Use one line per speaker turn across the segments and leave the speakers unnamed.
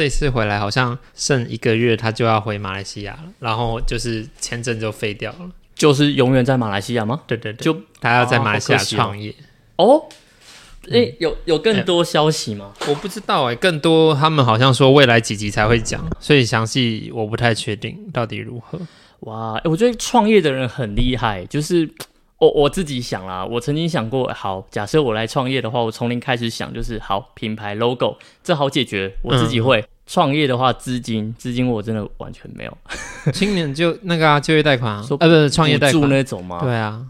这次回来好像剩一个月，他就要回马来西亚了，然后就是签证就废掉了。
就是永远在马来西亚吗？
对对对，
就
他要在马来西亚
哦好可惜哦
创业。
哦，诶、有有更多消息吗？
我不知道哎、更多他们好像说未来几集才会讲，所以详细我不太确定到底如何。
哇，诶我觉得创业的人很厉害，就是我我自己想啦，我曾经想过，好，假设我来创业的话，我从零开始想，就是好品牌 logo 这好解决，我自己会。创业的话，资金资金我真的完全没有，
青年就那个啊，就业贷款啊，
说
呃，不是创业贷
补助
款，
那种吗？
对啊，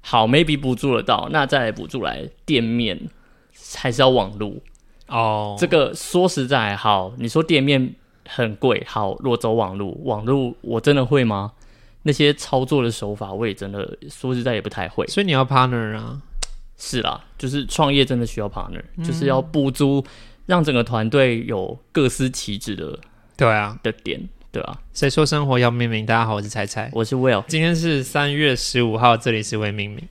好，maybe 补助得到，那再来补助来店面，还是要网路。
哦，
这个说实在好，你说店面很贵，好，若走网路，网路我真的会吗？那些操作的手法，我也真的说实在也不太会。
所以你要 partner 啊，
是啦，就是创业真的需要 partner，、就是要补足，让整个团队有各司其职的
对啊，
的点，对吧、
谁说生活要命名？大家好，我是彩彩，
我是 Will，
今天是三月十五号，这里是为命名。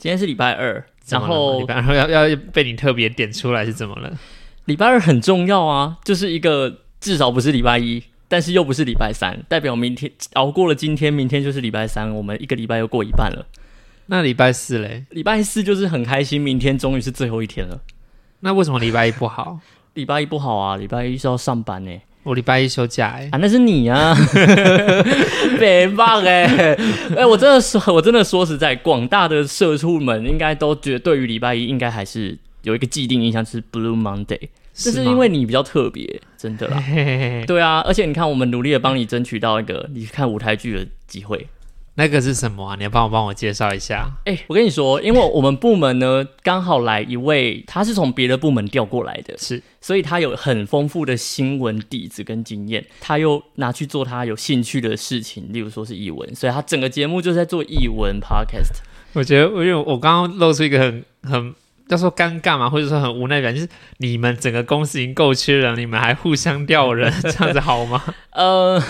今天是礼拜二，
怎
然
么了
后
礼拜然后要要被你特别点出来是怎么了？
礼拜二很重要啊，就是一个至少不是礼拜一，但是又不是礼拜三，代表明天熬过了今天，明天就是礼拜三，我们一个礼拜又过一半了。
那礼拜四嘞？
礼拜四就是很开心，明天终于是最后一天了。
那为什么礼拜一不好？
礼拜一不好啊，礼拜一是要上班呢、
我礼拜一休假哎、
啊，那是你啊， 北棒哎、哎、我真的说，我真的说实在，广大的社畜们应该都觉得，对于礼拜一应该还是有一个既定印象，就是 Blue Monday，这是
吗
因为你比较特别，真的啦。
嘿嘿嘿嘿
对啊，而且你看，我们努力的帮你争取到一个你看舞台剧的机会。
那个是什么啊？你要帮我帮我介绍一下。
哎、我跟你说，因为我们部门呢，刚好来一位，他是从别的部门调过来的，
是
所以他有很丰富的新闻底子跟经验，他又拿去做他有兴趣的事情，例如说是译文，所以他整个节目就是在做译文 podcast。
我觉得，因为我刚刚露出一个很很要说尴尬嘛，或者说很无奈的表情，就是你们整个公司已经够缺人，你们还互相调 人，这样子好吗？
呃，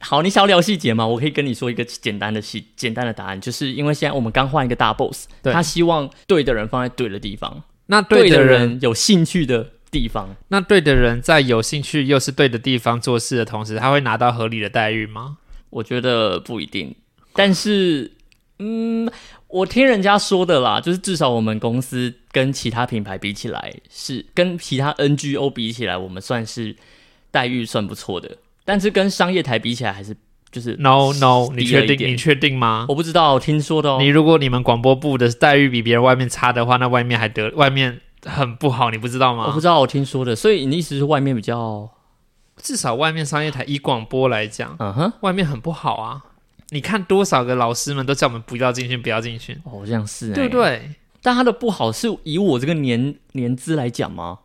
好，你想要聊细节吗？我可以跟你说一个简单的细简单的答案，就是因为现在我们刚换一个大 boss，
对
他希望对的人放在对的地方，
那
对
对的人，
人有兴趣的地方。
那对的人在有兴趣又是对的地方做事的同时，他会拿到合理的待遇吗？
我觉得不一定，但是，嗯，我听人家说的啦，就是至少我们公司跟其他品牌比起来，是跟其他 NGO 比起来，我们算是待遇算不错的，但是跟商业台比起来，还是就是、
No No，你
低了
确
一
定？
点
你确定吗？
我不知道，听说的哦
你。如果你们广播部的待遇比别人外面差的话，那外面还得外面很不好，你不知道
我不
吗？
知道，我听说的，所以你的意思是外面比较，
至少外面商业台以广播来讲，
嗯哼，
外面很不好啊！你看多少个老师们都叫我们不要进去，不要进去，
哦，这样是、欸，
对不？对？
但他的不好是以我这个年年资来讲吗？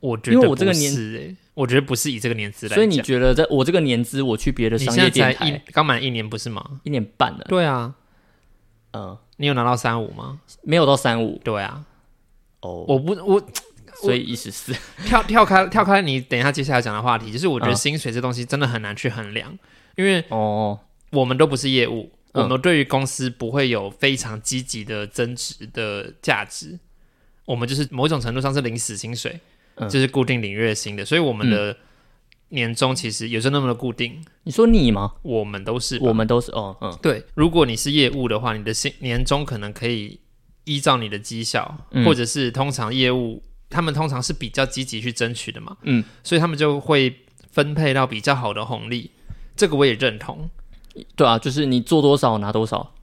我觉
因
得
为
不
我这个
是
年
欸我觉得不是以这个年资来
所以你
讲
觉得，在我这个年资，我去别的
你
商业
现
电
在才一
台
刚满一年不是吗？
一年半了，
对啊，
嗯、
你有拿到三五吗？
没有到三五
对啊，
哦，
我不我
所以一十四。
跳跳开跳开，你等一下接下来讲的话题，就是我觉得
嗯
薪水这东西真的很难去衡量，因为
哦，
我们都不是业务，
嗯
我们对于公司不会有非常积极的增值的价值，我们就是某种程度上是领死薪水，
嗯
就是固定领月薪的，所以我们的年终其实也是那么的固定，
你说你吗？
我们都是吧
我们都是哦，嗯，
对，如果你是业务的话，你的薪年终可能可以依照你的绩效，
嗯
或者是通常业务他们通常是比较积极去争取的嘛，
嗯，
所以他们就会分配到比较好的红利，这个我也认同。
对啊，就是你做多少拿多少，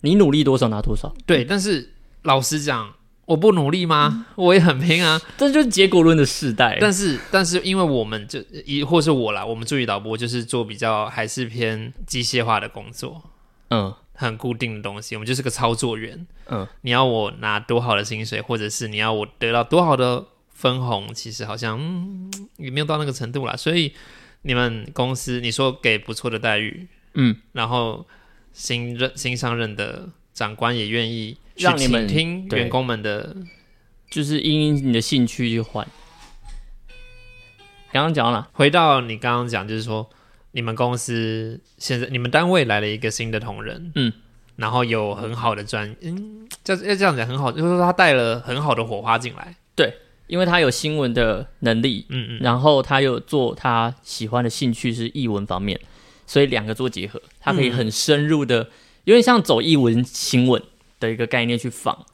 你努力多少拿多少，
对，但是老实讲，我不努力吗？
嗯
我也很拼啊，
这就是结果论的世代。
但是但是因为我们就一或是我啦，我们助理导播就是做比较还是偏机械化的工作，
嗯，
很固定的东西，我们就是个操作员。
嗯，
你要我拿多好的薪水，或者是你要我得到多好的分红，其实好像、嗯、也没有到那个程度啦。所以你们公司你说给不错的待遇，
嗯，
然后新任新上任的长官也愿意去
让你们
倾听
对
员工们的，
就是因你的兴趣去换。刚刚讲了，
回到你刚刚讲，就是说你们公司现在你们单位来了一个新的同仁，
嗯，
然后有很好的专，嗯，这要这样讲很好，就是说他带了很好的火花进来，
因为他有新闻的能力，
嗯嗯，
然后他有做他喜欢的兴趣是译文方面，所以两个做结合，
嗯
他可以很深入的，有点像走译文新闻的一个概念去仿，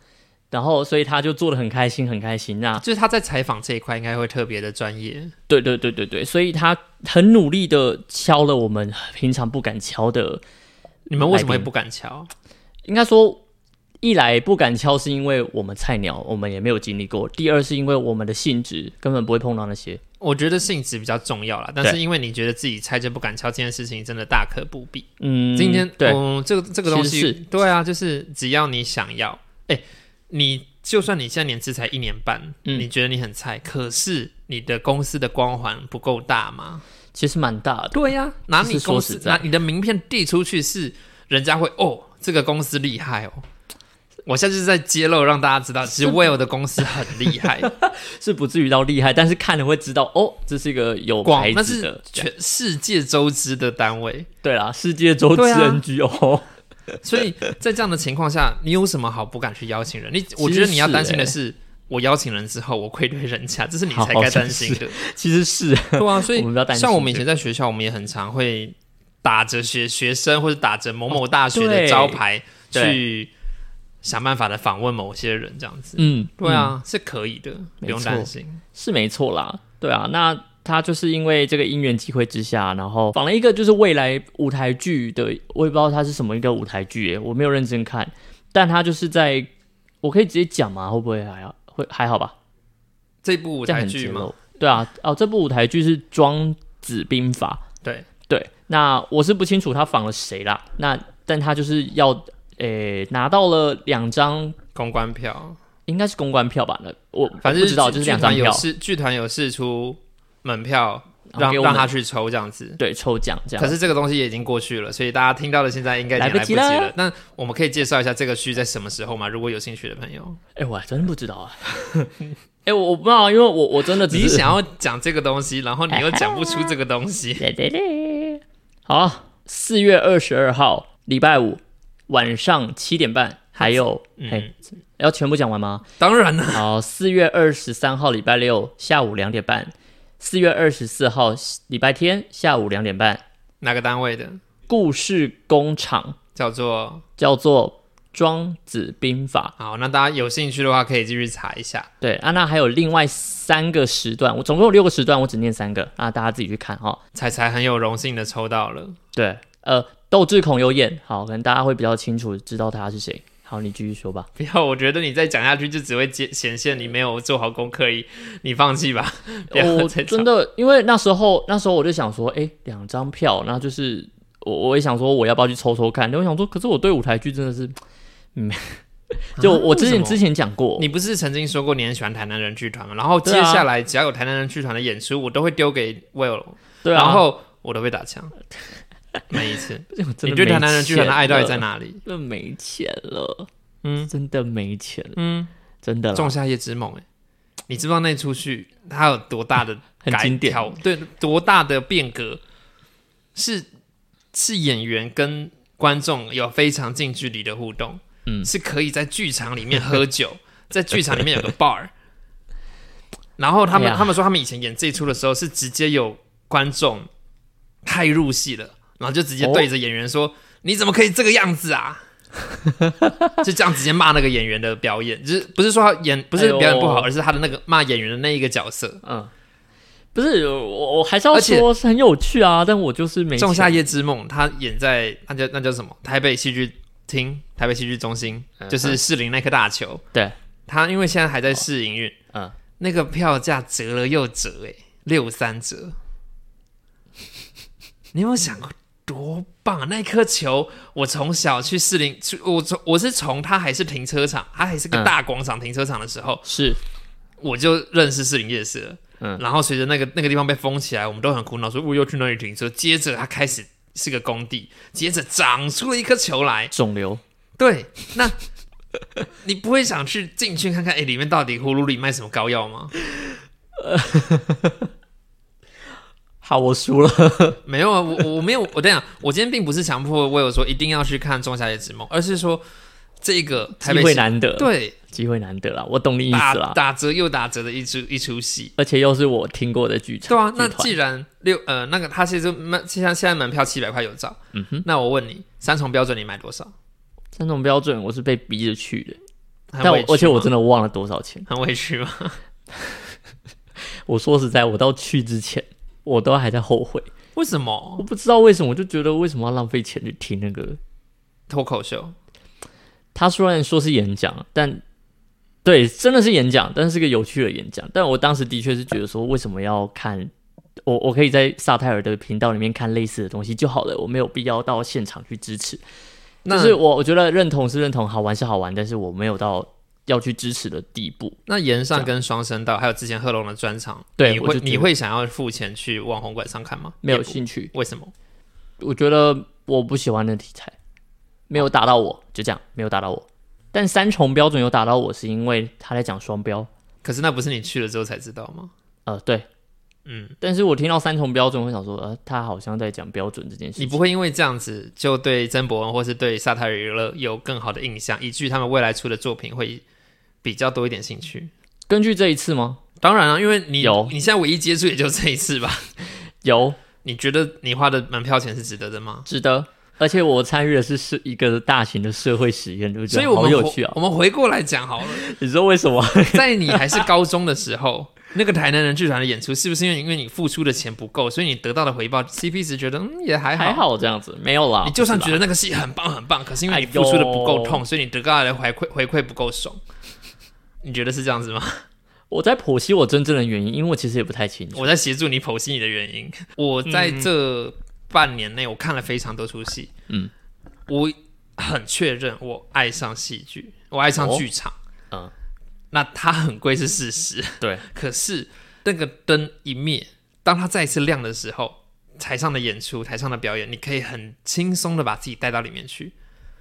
然后所以他就做的很开心，很开心。那
就是他在采访这一块应该会特别的专业，
对对对对对，所以他很努力的敲了我们平常不敢敲的，
你们为什么
来
会
宾
不敢瞧？
应该说。一来不敢敲，是因为我们菜鸟，我们也没有经历过；第二是因为我们的性质根本不会碰到那些。
我觉得性质比较重要啦，但是
对
因为你觉得自己猜就不敢敲这件事情，真的大可不必。
嗯，
今天，
对，
嗯，这个这个东
其实
西
是，
对啊，就是只要你想要，哎、你就算你现在年资才一年半，
嗯
你觉得你很菜，可是你的公司的光环不够大吗？
其实蛮大的。
对呀、拿
啊其
你
实
公
说
司
实在
拿你的名片递出去是，人家会哦，这个公司厉害哦。我现在就是在揭露让大家知道，其实 Will 的公司很厉 害，
是不至于到厉害，但是看了会知道哦，这是一个有
广
牌
那
子
是
的。这样
全世界周知的单位，
对啦，世界周知
对啊
NGO，、
所以在这样的情况下，你有什么好不敢去邀请人？你我觉得你要担心的
欸
是，我邀请人之后，我愧对人家，这是你才该担心的。
其实是
对啊，所以
我们不要担心
像我们以前在学校，我们也很常会打着学学生或者打着某某大学
哦
的
对
招牌
对
去想办法的访问某些人，这样子。
嗯，
对啊，是可以的，不
没
用
错
担心。
嗯，是没错啦，对啊，那他就是因为这个因缘机会之下，然后仿了一个就是未来舞台剧的，我也不知道它是什么一个舞台剧耶，我没有认真看，但他就是在，我可以直接讲吗？会不会还好？会还好吧？
这部舞
这样
台
很
剧
揭
嘛，
露。对啊，哦，这部舞台剧是《庄子兵法》。
对，
对，那我是不清楚他仿了谁啦。那但他就是要，诶、拿到了两张，
公关票，
应该是公关票吧？那我
反正
我不知道，
剧
就是
剧
两
团
张票
有，试剧团有试出门票，
然后
让
给我
让
们
他去抽这样子。
对抽奖这样。
可是这个东西也已经过去了，所以大家听到的现在应该已经
来不
来不及
及
了
了。
那我们可以介绍一下这个剧在什么时候吗？如果有兴趣的朋 友，
哎、我还真不知道啊。哎、我我不知道，因为我我真的只
你
是
想要讲这个东西，然后你又讲不出这个东西，
对对对，好啊，四月二十二号礼拜五晚上七点半，还有
嗯
嘿，要全部讲完吗？
当然了，
好，四月二十三号礼拜六下午两点半，四月二十四号礼拜天下午两点半，
哪个单位的
故事工厂
叫做
叫做《庄子兵法
好？那大家有兴趣的话可以继续查一下。》。
对啊，那还有另外三个时段，我总共有六个时段，我只念三个，啊那大家自己去看哈、
彩彩很有荣幸的抽到了，
对，呃，窦智孔有演，好，可能大家会比较清楚知道他是谁。好，你继续说吧。
不要，我觉得你再讲下去就只会显显现你没有做好功课，你你放弃 吧。 不要
我
再找
真的，因为那时候那时候我就想说，哎、两张票，那就是我我也想说我要不要去抽抽看？但我想说，可是我对舞台剧真的是，嗯， 就
啊
我之
为什
前
么
之前讲过，
你不是曾经说过你很喜欢台南人剧团吗？然后接
对啊
下来只要有台南人剧团的演出，我都会丢给 Will，
对啊，
然后我都被打枪， 每一次。
我 真的
你对台南人剧团的爱到底在
哪？
哪里？
真的没钱了，
嗯
真的没钱了，
嗯，
真的啦
仲夏夜之梦，哎，你知不知道那出剧它有多大的
很
改
经典
调对，多大的变革？是是演员跟观众有非常近距离的互动，
嗯
是可以在剧场里面喝 酒，在剧场里面有个 bar，然后他们、
哎呀
他们说他们以前演这一出的时候是直接有观众太入戏了，然后就直接对着演员说：“
哦
你怎么可以这个样子啊？”就这样直接骂那个演员的表演，就是不是说他演不是表演不好，
哎呦
而是他的那个骂演员的那一个角色。
嗯，不是我我还是要
而且
说是很有趣啊，但我就是没
《仲夏
钱
夜之梦》，他演在那叫那叫什么？台北戏剧厅、台北戏剧中心，
嗯
就是士林那颗大球。
对，
他因为现在还在试营运，
嗯，
那个票价折了又折、欸，六三折。你有没有想过多棒啊？那颗球，我从小去士林，去我从我是从它还是停车场，它还是个
嗯
大广场停车场的时候，
是
我就认识士林夜市了。嗯
嗯，
然后随着那个那个地方被封起来，我们都很苦恼，说我又去那里停车。接着它开始是个工地，接着长出了一颗球来。
肿瘤，
对，那你不会想去进去看看，哎，里面到底葫芦里卖什么膏药吗？
好，我输了。
没有啊，我我我没有，我跟你讲，我今天并不是强迫我有说一定要去看《仲夏夜之梦》，而是说这个台
机
北
会
市
难得，，
对
机会难得啦，我懂你意思
打
啦。
打折又打折的一出一出戏。
而且又是我听过的剧
对
场，
啊，那
剧团
既然六呃那个他其实门现在现在门票七百块有找，
嗯哼，
那我问你三重标准你买多少？
三种标准我是被逼着去的，
很
但我
委屈
而且我
吗
真的忘了多少钱。
很委屈吗？
我说实在，我到去之前我都还在后悔，
为什
我
么
不知道为什么，我就觉得为什么要浪费钱去听那个
脱口秀？
他虽然说是演讲，但对，真的是演讲，但是是个有趣的演讲。但我当时的确是觉得说，为什么要看？我我可以在萨泰尔的频道里面看类似的东西就好了，我没有必要到现场去支持。
那
就是我我觉得认同是认同，好玩是好玩，但是我没有到要去支持的地步。
那岩上跟双声道还有之前贺龙的专场，
对
你
我
会
就觉得
你会想要付钱去网红馆上看吗？
没有
也不
兴趣。
为什么？
我觉得我不喜欢的题材，没有打到我，就这样，没有打到我。但三重标准有打到我，是因为他在讲双标。
可是那不是你去了之后才知道吗？
呃，对，
嗯，
但是我听到三重标准，我会想说，呃，他好像在讲标准这件事
你
情。
不会因为这样子就对曾伯恩或是对萨泰尔娱乐有更好的印象，以至于他们未来出的作品会比较多一点兴趣。
根据这一次吗？
当然啊，因为你
有
你现在唯一接触也就这一次吧？
有，
你觉得你花的门票钱是值得的吗？
值得。而且我参与的是是一个大型的社会实验，就觉
所以
得
我
好
们
有
回
趣啊
我！们回过来讲 好了，
你知道为什么？
在你还是高中的时候，那个台南人剧团的演出，是不是因为因为你付出的钱不够，所以你得到的回报，CP 值觉得嗯也还好。
还好这样子，没有啦。
你就算
不
觉
是啦
得那个戏很棒很棒，可是因为你
哎
付
呦
出的不够痛，所以你得到的回馈回馈不够爽。你觉得是这样子吗？
我在剖析我真正的原因，因为我其实也不太清楚。
我在协助你剖析你的原因。我在这半年内，我看了非常多出戏，
嗯，
我很确认我爱上戏剧，我爱上
哦
剧场，
嗯，
那它很贵是事实，
对，
可是那个灯一灭，当它再一次亮的时候，台上的演出、台上的表演，你可以很轻松的把自己带到里面去。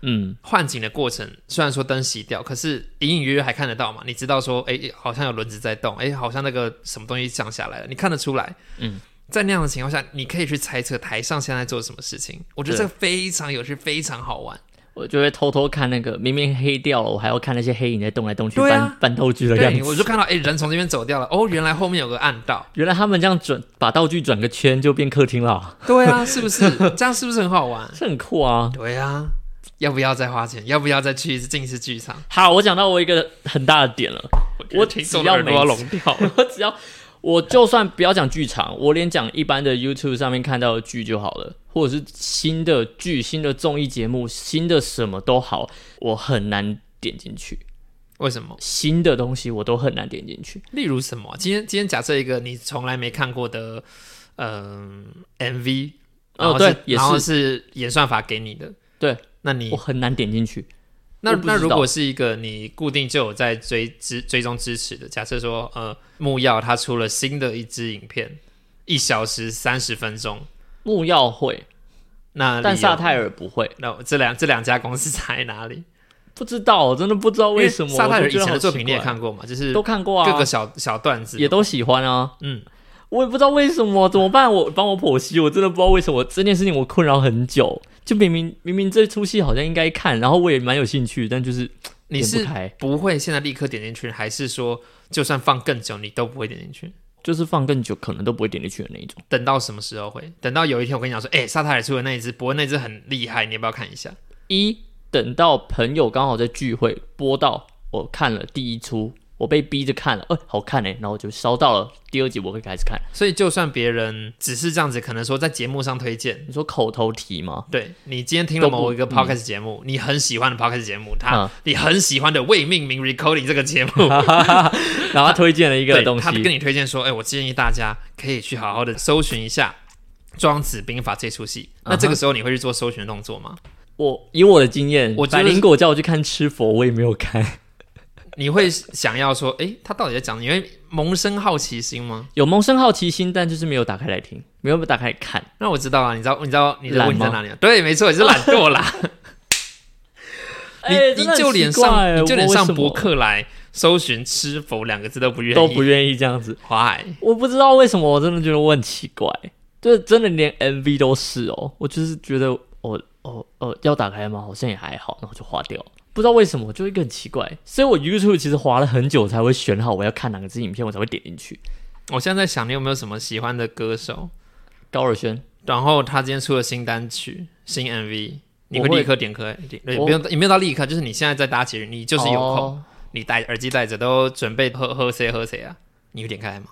嗯，
幻景的过程，虽然说灯熄掉，可是隐隐约约还看得到嘛。你知道说，哎、好像有轮子在动，哎、好像那个什么东西降下来了，你看得出来。
嗯，
在那样的情况下，你可以去猜测台上现在做什么事情。我觉得
对
这非常有趣，非常好玩。
我就会偷偷看那个，明明黑掉了，我还要看那些黑影在动来动去，
对啊
翻翻透剧的样
对，我就
子。
看到，哎、人从这边走掉了，哦，原来后面有个暗 道。
原来他们这样转，把道具转个圈就变客厅了，
对啊，是不是？这样是不是很好玩？
这很酷啊！
对啊，要不要再花钱？要不要再去一次近视剧场？
好，我讲到我一个很大的点了，我
听
只
众的
要
耳
每
朵要
次
聋掉了。
我只要我就算不要讲剧场，我连讲一般的 YouTube 上面看到的剧就好了，或者是新的剧、新的综艺节目、新的什么都好，我很难点进去。
为什么？
新的东西我都很难点进去。
例如什么？今天今天假设一个你从来没看过的，嗯、MV，然后
哦，
是、
对，也
然后
是，
是演算法给你的。
对，
那你
我很难点进去。
那
我不知
那
道
如果是一个你固定就有在追支追踪支持的，假设说呃木曜他出了新的一支影片，一小时三十分钟，
木曜会，
那
但
理由
萨泰尔不会，
那这两这两家公司差在哪里？
不知道，我真的不知道为什么。
因萨泰
我
尔
就
以
觉得
前的
好
作品你也
奇怪
看过嘛？就是
都看过啊，
各个小小段子
也都喜欢啊。
嗯，
我也不知道为什么，怎么办？我帮我剖析，我真的不知道为什么这件事情我困扰很久。就明明明明这出戏好像应该看，然后我也蛮有兴趣，但就是
你
点
是
不开，
不会现在立刻点进去，还是说就算放更久你都不会点进去？
就是放更久可能都不会点进去的那一种。
等到什么时候会？等到有一天我跟你讲说，哎、沙泰尔出的那一只，不过那只很厉害，你要不要看一下？
一等到朋友刚好在聚会播到，我看了第一出，我被逼着看了，哎、好看哎、然后我就烧到了第二集，我会开始看。
所以就算别人只是这样子，可能说在节目上推荐，
你说口头 题吗？
对你今天听了
都不
某一个
嗯
podcast 节目，你很喜欢的 podcast 节目，它、
嗯
你很喜欢的未命名 recording 这个节目，
然后他推荐 了一个
对，
东
他跟
西，
你推荐说，哎、我建议大家可以去好好的搜寻一下《庄子兵法》这出戏。
啊
那这个时候你会去做搜寻的动作吗？
我以我的经验，
我觉得
百
是
灵果叫我去看吃佛，我也没有看，
你会想要说，哎、他到底在讲？你会萌生好奇心吗？
有萌生好奇心，但就是没有打开来听，没有打开来看。
那我知道啊，你知道，你知道你的
懒
问题在
吗
哪里、啊？对，没错，你是懒惰啦。你、
哎
你
真的很
就连
奇怪
上
哎
你就连
我为
上
什么
博客来搜寻“吃否”两个字都不愿意，
都不愿意这样子。
Why？
我不知道为什么，我真的觉得我很奇怪。就是真的连 MV 都是哦。我就是觉得哦哦哦要打开吗？好像也还好，然后就划掉了。不知道为什么，就会很奇怪。所以我 YouTube 其实划了很久才会选好我要看哪个支影片，我才会点进去。
我现在在想，你有没有什么喜欢的歌手？
高尔宣，
然后他今天出了新单曲、新 MV，你
我
会
会
立刻点开，点对，
我
不用，也没有到立刻，就是你现在在搭捷运，你就是有空，
哦
你戴耳机戴着，都准备喝喝谁喝谁啊，你会点开吗？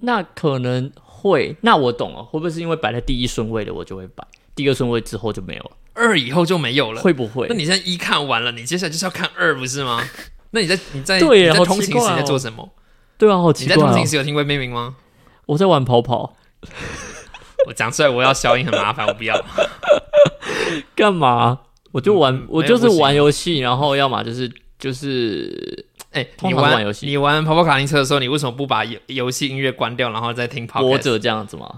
那可能会。那我懂了，会不会是因为摆在第一顺位的我就会摆，第二顺位之后就没有了？
二以后就没有了。
会不会
那？你现在一看完了，你接下来就是要看二，不是 吗？那你在你在
对耶
你在
好
通勤
奇
时
怪哦
在做什么？
对啊，好
你
奇
在
怪、
通
哦
勤。时有听过妹明吗？
我在玩跑跑，
我讲出来我要消音很麻烦，我不 要。
干嘛？我就玩，
嗯
我
没有
就是
不行
玩游戏，然后要么就是就是
哎、
通
你
常是玩
玩
游戏
你玩跑跑卡丁车的时候，你为什么不把游游戏音乐关掉，然后再 听跑？
活着这样子吗？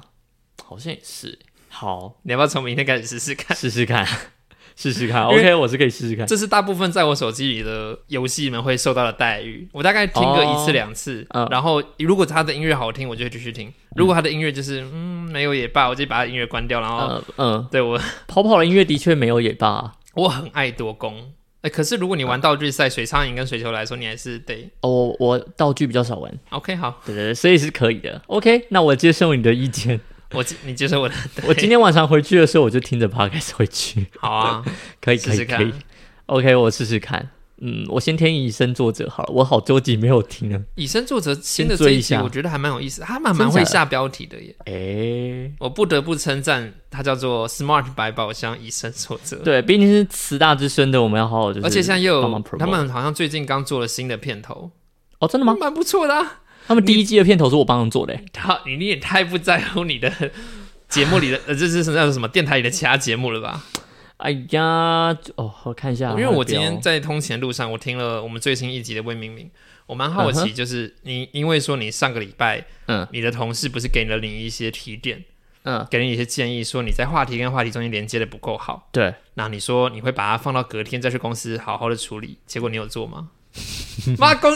好像也是。好，
你要不要从明天开始试试看？
试试看， 试试看。
因为
OK，我是可以试试看。
这是大部分在我手机里的游戏们会受到的待遇。我大概听个一次两次，
哦嗯
然后如果他的音乐好听，我就会继续听；如果他的音乐就是嗯没有也罢，我就把他音乐关掉。然后、
呃嗯，
对我
跑跑的音乐的确没有也罢、
我很爱多功，哎、可是如果你玩道具赛、水苍蝇跟水球来说，你还是得
哦，我我道具比较少玩，
OK 好。
对对对，所以是可以的。OK，那我接受你的意见。
我接你接受我的，
我今天晚上回去的时候，我就听着 Podcast 回去，
好啊，
可以可
试试
以可以
看。。
OK，我试试看。嗯，我先听以身作则好了，我好纠结没有听啊。
以身作则新的
先追
这
一
一集，
下
我觉得还蛮有意思，他蛮
真
蛮
假
会
的
下标题的耶。
哎、
我不得不称赞，它叫做 Smart 百宝箱以身作则。
对，毕竟是慈大之声的，我们要好好就是
而且现在又
帮忙
有
promote
他们好像最近刚做了新的片头，
哦，真的吗？
蛮不错的、啊。
他们第一季的片头是我帮忙做的、欸，
他你你也太不在乎你的节目里的呃，这是什么什么电台里的其他节目了吧？
哎呀，哦，我看一下，
因为我
它的
今
标
天在通勤的路上，我听了我们最新一集的魏明明，我蛮好
嗯
奇，就是你因为说你上个礼拜，
嗯，
你的同事不是给了你一些提点，
嗯，
给了你一些建议，说你在话题跟话题中间连接的不够好，
对，
那你说你会把它放到隔天再去公司好好的处理，结果你有做 吗？妈公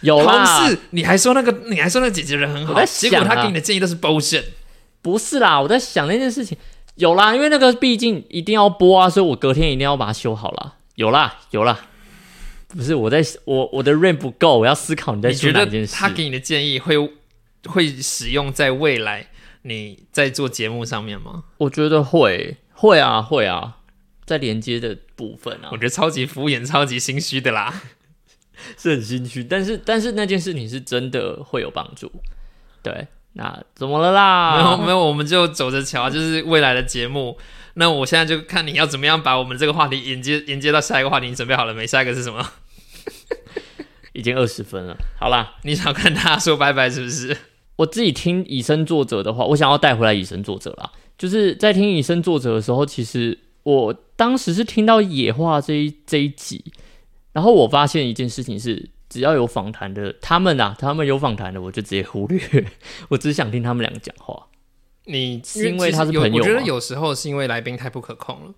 有
同
啦，
事，你还说那个，你还说那个姐姐人很好，
我在
结
想啊
果她给你的建议都是 bullshit。
不是啦，我在想那件事情，有啦，因为那个毕竟一定要播啊，所以我隔天一定要把它修好啦，有啦，有啦，不是我在我我的 rain 不够，我要思考你在
你
说
觉
哪
得
一件事
她，给你的建议会会使用在未来你在做节目上面吗？
我觉得会会啊会啊，在连接的部分 啊
我，觉得超级敷衍、超级心虚的啦。
是很心虚，但是但是那件事情是真的会有帮助，对，那怎么了啦？
没有没有，我们就走着瞧，就是未来的节目。那我现在就看你要怎么样把我们这个话题引接引接到下一个话题，你准备好了没？下一个是什么？
已经二十分了。好啦，
你想跟大家说拜拜是不是？
我自己听以身作则的话，我想要带回来以身作则啦。就是在听以身作则的时候，其实我当时是听到野话这一这一集，然后我发现一件事情是，只要有访谈的，他们啊，他们有访谈的，我就直接忽略， 我只想听他们两个讲话。
你
是因为他是
有
朋友啊
我觉得
吗
有时候是因为来宾太不可控了。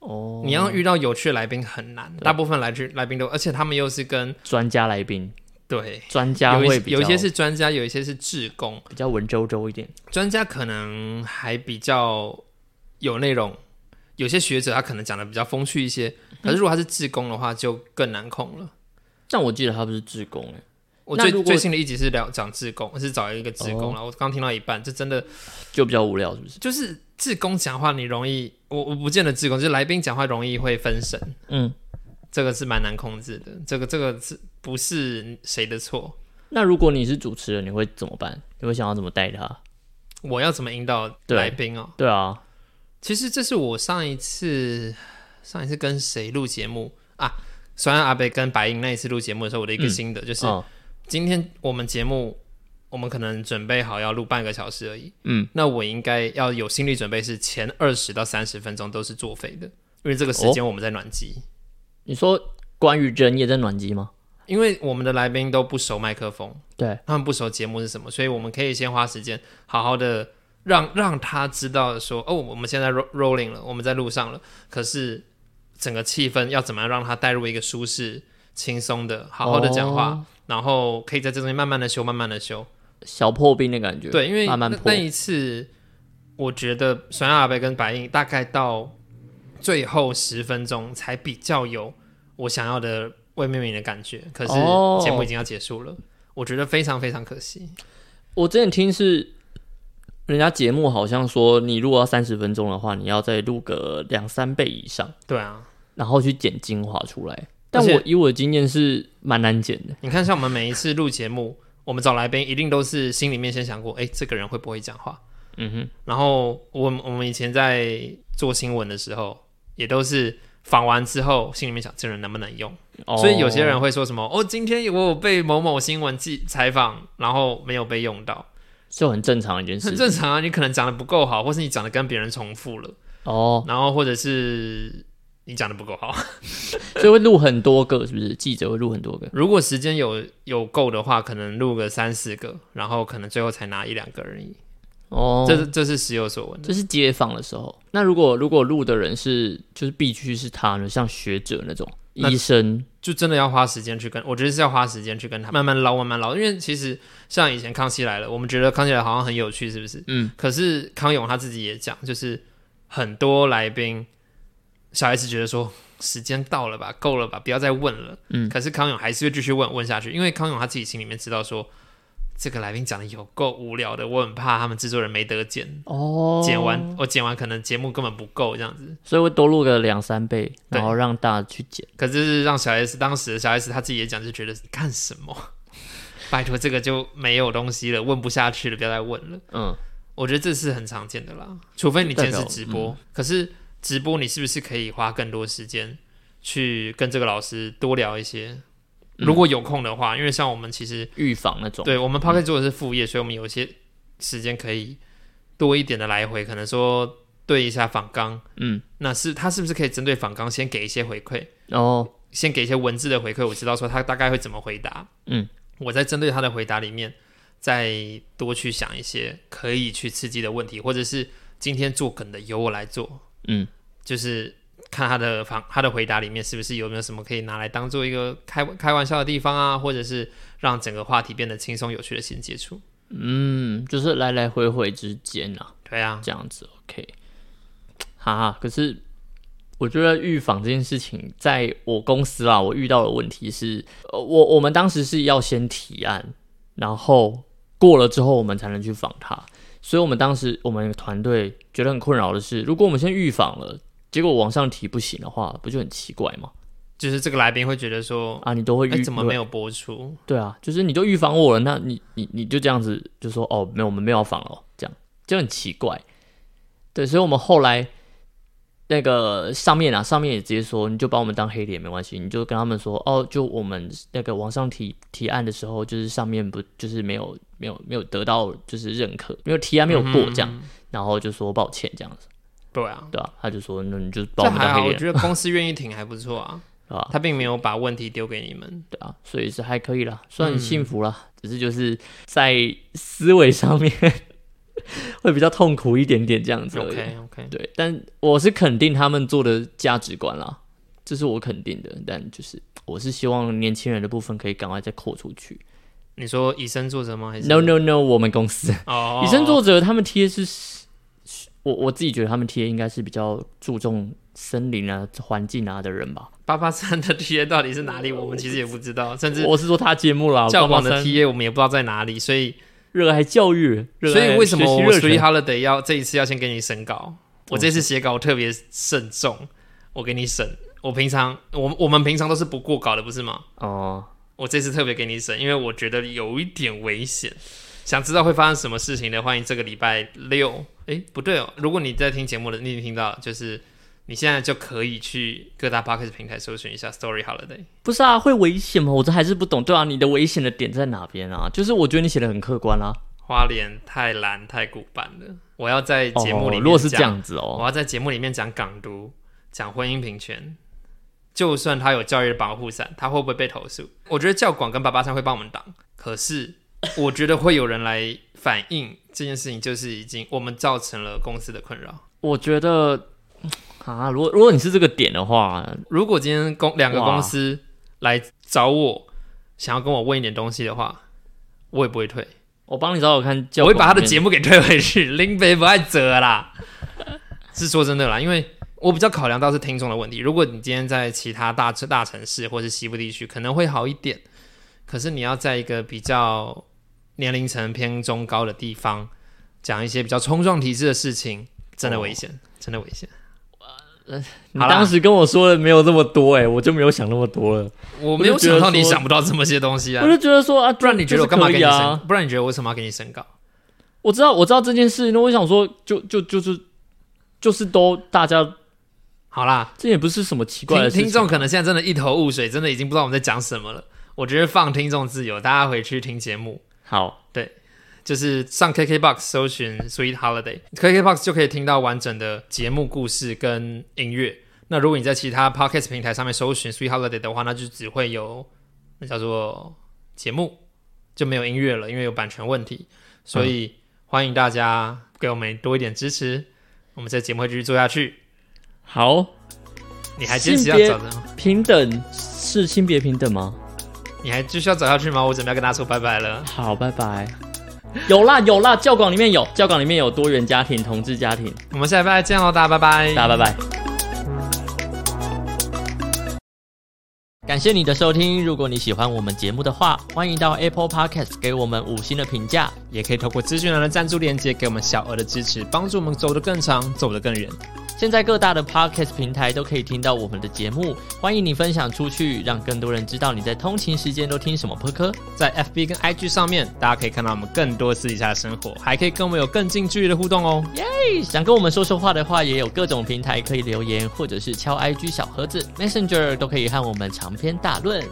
哦，
你要遇到有趣的来宾很难，大部分来去来宾都，而且他们又是跟
专家来宾，
对，
专家
有
会
一
比较
有一些是专家，有一些是志工，
比较文绉绉一点。
专家可能还比较有内容，有些学者他可能讲的比较风趣一些，
嗯
可是如果他是志工的话，就更难控了。
但我记得他不是志工哎、
我
那
最
如果哦
最新的一集是聊讲志工，是找一个志工了。我刚听到一半，这真的
就比较无聊是不是？
就是志工讲话，你容易，我我不见得志工，就是来宾讲话容易会分神，
嗯，
这个是蛮难控制的。这个这个是不是谁的错？
那如果你是主持人，你会怎么办？你会想要怎么带他？
我要怎么引导
对
来宾哦？
对啊，
其实这是我上一次上一次跟谁录节目啊？虽然阿北跟白银那一次录节目的时候，我的一个
嗯
心得、就是，
嗯
今天我们节目我们可能准备好要录半个小时而已，
嗯，
那我应该要有心理准备，是前二十到三十分钟都是作废的，因为这个
哦
时间我们在暖机，
你说关于人也在暖机吗？
因为我们的来宾都不熟麦克风，
对，
他们不熟节目是什么，所以我们可以先花时间好好的让让他知道说，哦，我们现在 ro- rolling 了，我们在路上了。可是整个气氛要怎么样让他带入一个舒适、轻松的，好好的讲话，
哦
然后可以在这中间慢慢的修，慢慢的修。
小破冰的感觉。
对，因为
慢慢
那
破
那。一次我觉得酸辣白跟白印大概到最后十分钟才比较有我想要的味面面的感觉，可是
哦
节目已经要结束了，我觉得非常非常可惜。
我之前听是人家节目好像说，你如果要三十分钟的话，你要再录个两三倍以上，
对啊，
然后去剪精华出来。但
而且
我以我的经验是蛮难剪的，
你看像我们每一次录节目，我们找来宾一定都是心里面先想过，哎、这个人会不会讲话？
嗯哼，
然后我我们以前在做新闻的时候，也都是访完之后心里面想这人能不能用。
哦
所以有些人会说什么：“哦，今天我有被某某新闻记采访，然后没有被用到，
就很正常的一件
很
事
正常啊。你可能讲的不够好，或是你讲的跟别人重复了，
哦，
然后或者是你讲的不够好。
所以会录很多个，是不是？记者会录很多个，
如果时间有有够的话，可能录个三四个，然后可能最后才拿一两个而已。
哦，
这是这是时有所闻的。
这是街访的时候。那如果如果录的人是就是必须是他呢，像学者那种
那
医生，
就真的要花时间去跟，我觉得是要花时间去跟他慢慢捞，慢慢捞。因为其实像以前康熙来了，我们觉得康熙来了好像很有趣，是不是？
嗯。
可是康永他自己也讲，就是很多来宾，小 S 觉得说时间到了吧，够了吧，不要再问了。
嗯
可是康永还是会继续问问下去，因为康永他自己心里面知道说，这个来宾讲的有够无聊的，我很怕他们制作人没得剪，
哦，
剪完我剪完可能节目根本不够这样子。
所以会多录个两三倍，
对
然后让大家去剪。
可是让小 S 当时的小 S 她自己也讲，就觉得干什么？ 拜托，这个就没有东西了，问不下去了，不要再问了。
嗯，
我觉得这是很常见的啦，除非你今天是直
代嗯
播。可是直播你是不是可以花更多时间去跟这个老师多聊一些？
嗯
如果有空的话，因为像我们其实
预防那种。嗯
对我们 p o c k e t 做的是副业，所以我们有一些时间可以多一点的来回，可能说对一下访纲，
嗯，
那是他是不是可以针对访纲先给一些回馈？
然后
先给一些文字的回馈，我知道说他大概会怎么回答。
嗯，
我在针对他的回答里面，再多去想一些可以去刺激的问题，或者是今天做梗的由我来做，
嗯，
就是看他的访他的回答里面是不是有没有什么可以拿来当做一个开开玩笑的地方啊，或者是让整个话题变得轻松有趣的新接触。
嗯，就是来来回回之间啊，
对啊，
这样子 OK。哈哈，可是我觉得预防这件事情，在我公司啦，我遇到的问题是，呃，我我们当时是要先提案，然后过了之后，我们才能去访他。所以我们当时我们团队觉得很困扰的是，如果我们先预防了，结果往上提不行的话，不就很奇怪吗？
就是这个来宾会觉得说，
啊，你都会
哎、
预
怎么没有播出？
对啊，就是你都预防我了，那你你你就这样子就说哦，没有，我们没有要防了哦，这样就很奇怪。对，所以我们后来那个上面啊，上面也直接说，你就把我们当黑脸没关系，你就跟他们说哦，就我们那个往上提提案的时候，就是上面不就是没有没有没有得到就是认可，没有提案没有过这样，然后就说抱歉这样子，
嗯对啊，
对吧、他就说那你就
这
把我们
还
当
好，
黑
我
脸，
觉得公司愿意挺还不错啊。
对吧？
他并没有把问题丢给你们。
对啊，所以是还可以啦，算很幸
嗯
福啦，只是就是在思维上面 会比较痛苦一点点这样子而已。
OK OK，
对，但我是肯定他们做的价值观啦，这是我肯定的。但就是我是希望年轻人的部分可以赶快再扩出去。
你说以身作则吗？还是
No No No，我们公司
哦，
以身作则，他们贴是，是我我自己觉得他们贴应该是比较注重森林啊、环境啊的人吧。
八八三的 TA 到底是哪里？我们其实也不知 道，甚至
我是说他节目啦，
教广的
贴
TA 我们也不知道在哪里，所以
热爱教育，热
所以
爱
为什么
学习
我
热
t
忱
h Holiday 要这一次要先给你审稿？我这次写稿特别慎重，我给你审。我平常我我们平常都是不过稿的，不是吗？
哦，
我这次特别给你审，因为我觉得有一点危险。想知道会发生什么事情的，欢迎这个礼拜六。诶，不对哦，如果你在听节目的，你已经听到了，就是你现在就可以去各大 p o c k e t 平台搜寻一下 Story Holiday。
不是啊，会危险吗？我这还是不懂。对啊，你的危险的点在哪边啊？就是我觉得你写的很客观啊啦、
花莲太蓝太古板了，我要在节目里面、
哦，如果是这，样子
我
哦，
要在节目里面讲港独，讲婚姻平权。就算他有教育的保护伞，他会不会被投诉？我觉得教广跟八八三会帮我们挡，可是我觉得会有人来反映这件事情，就是已经我们造成了公司的困扰。
我觉得嗯啊，如果如果你是这个点的话，
如果今天公两个
哇
公司来找我，想要跟我问一点东西的话，我也不会退，
我帮你找找看教
我
广
会
电，
把他的节目给推回去。 林北不爱折啦，是说真的啦，因为我比较考量到是听众的问题。如果你今天在其他大城大城市或是西部地区，可能会好一点，可是你要在一个比较年龄层偏中高的地方讲一些比较冲撞体制的事情，真的危险，真的危险。
你
好啦
当时跟我说的没有这么多哎、我就没有想那么多了，
我没有想到你想不到这么些东西啊
我，就觉得说啊，
不然你觉得我干嘛给你
就是
审？
可以啊？
不然你觉得我为什么要给你审稿？
我知道我知道这件事，那我想说，就就就是就是都大家，
好啦，
这也不是什么奇怪
听
的事情。
听众可能现在真的一头雾水，真的已经不知道我们在讲什么了。我觉得放听众自由，大家回去听节目，
好，
就是上 KKBOX 搜寻 Sweet Holiday，KKBOX 就可以听到完整的节目故事跟音乐。那如果你在其他 Podcast 平台上面搜寻 Sweet Holiday 的话，那就只会有那叫做节目，就没有音乐了，因为有版权问题。所
嗯
以欢迎大家给我们多一点支持，我们这节目会继续做下去。
好，
你还坚持要
性别
找的，
平等是性别平等吗？
你还继续要找下去吗？我准备要跟大家说拜拜了。
好，拜拜。有啦有啦，教广里面有，教广里面有多元家庭、同志家庭，
我们下礼拜见喽，大家拜拜，
大家拜拜。感谢你的收听，如果你喜欢我们节目的话，欢迎到 Apple Podcast 给我们五星的评价。
也可以透过资讯栏的赞助链接给我们小额的支持，帮助我们走得更长，走得更远。
现在各大的 Podcast 平台都可以听到我们的节目，欢迎你分享出去，让更多人知道你在通勤时间都听什么播客。
在 FB 跟 IG 上面，大家可以看到我们更多私底下的生活，还可以跟我们有更近距离的互动哦。
嘿想跟我们说说话的话，也有各种平台可以留言，或者是敲 IG 小盒子、Messenger 都可以和我们长篇大论。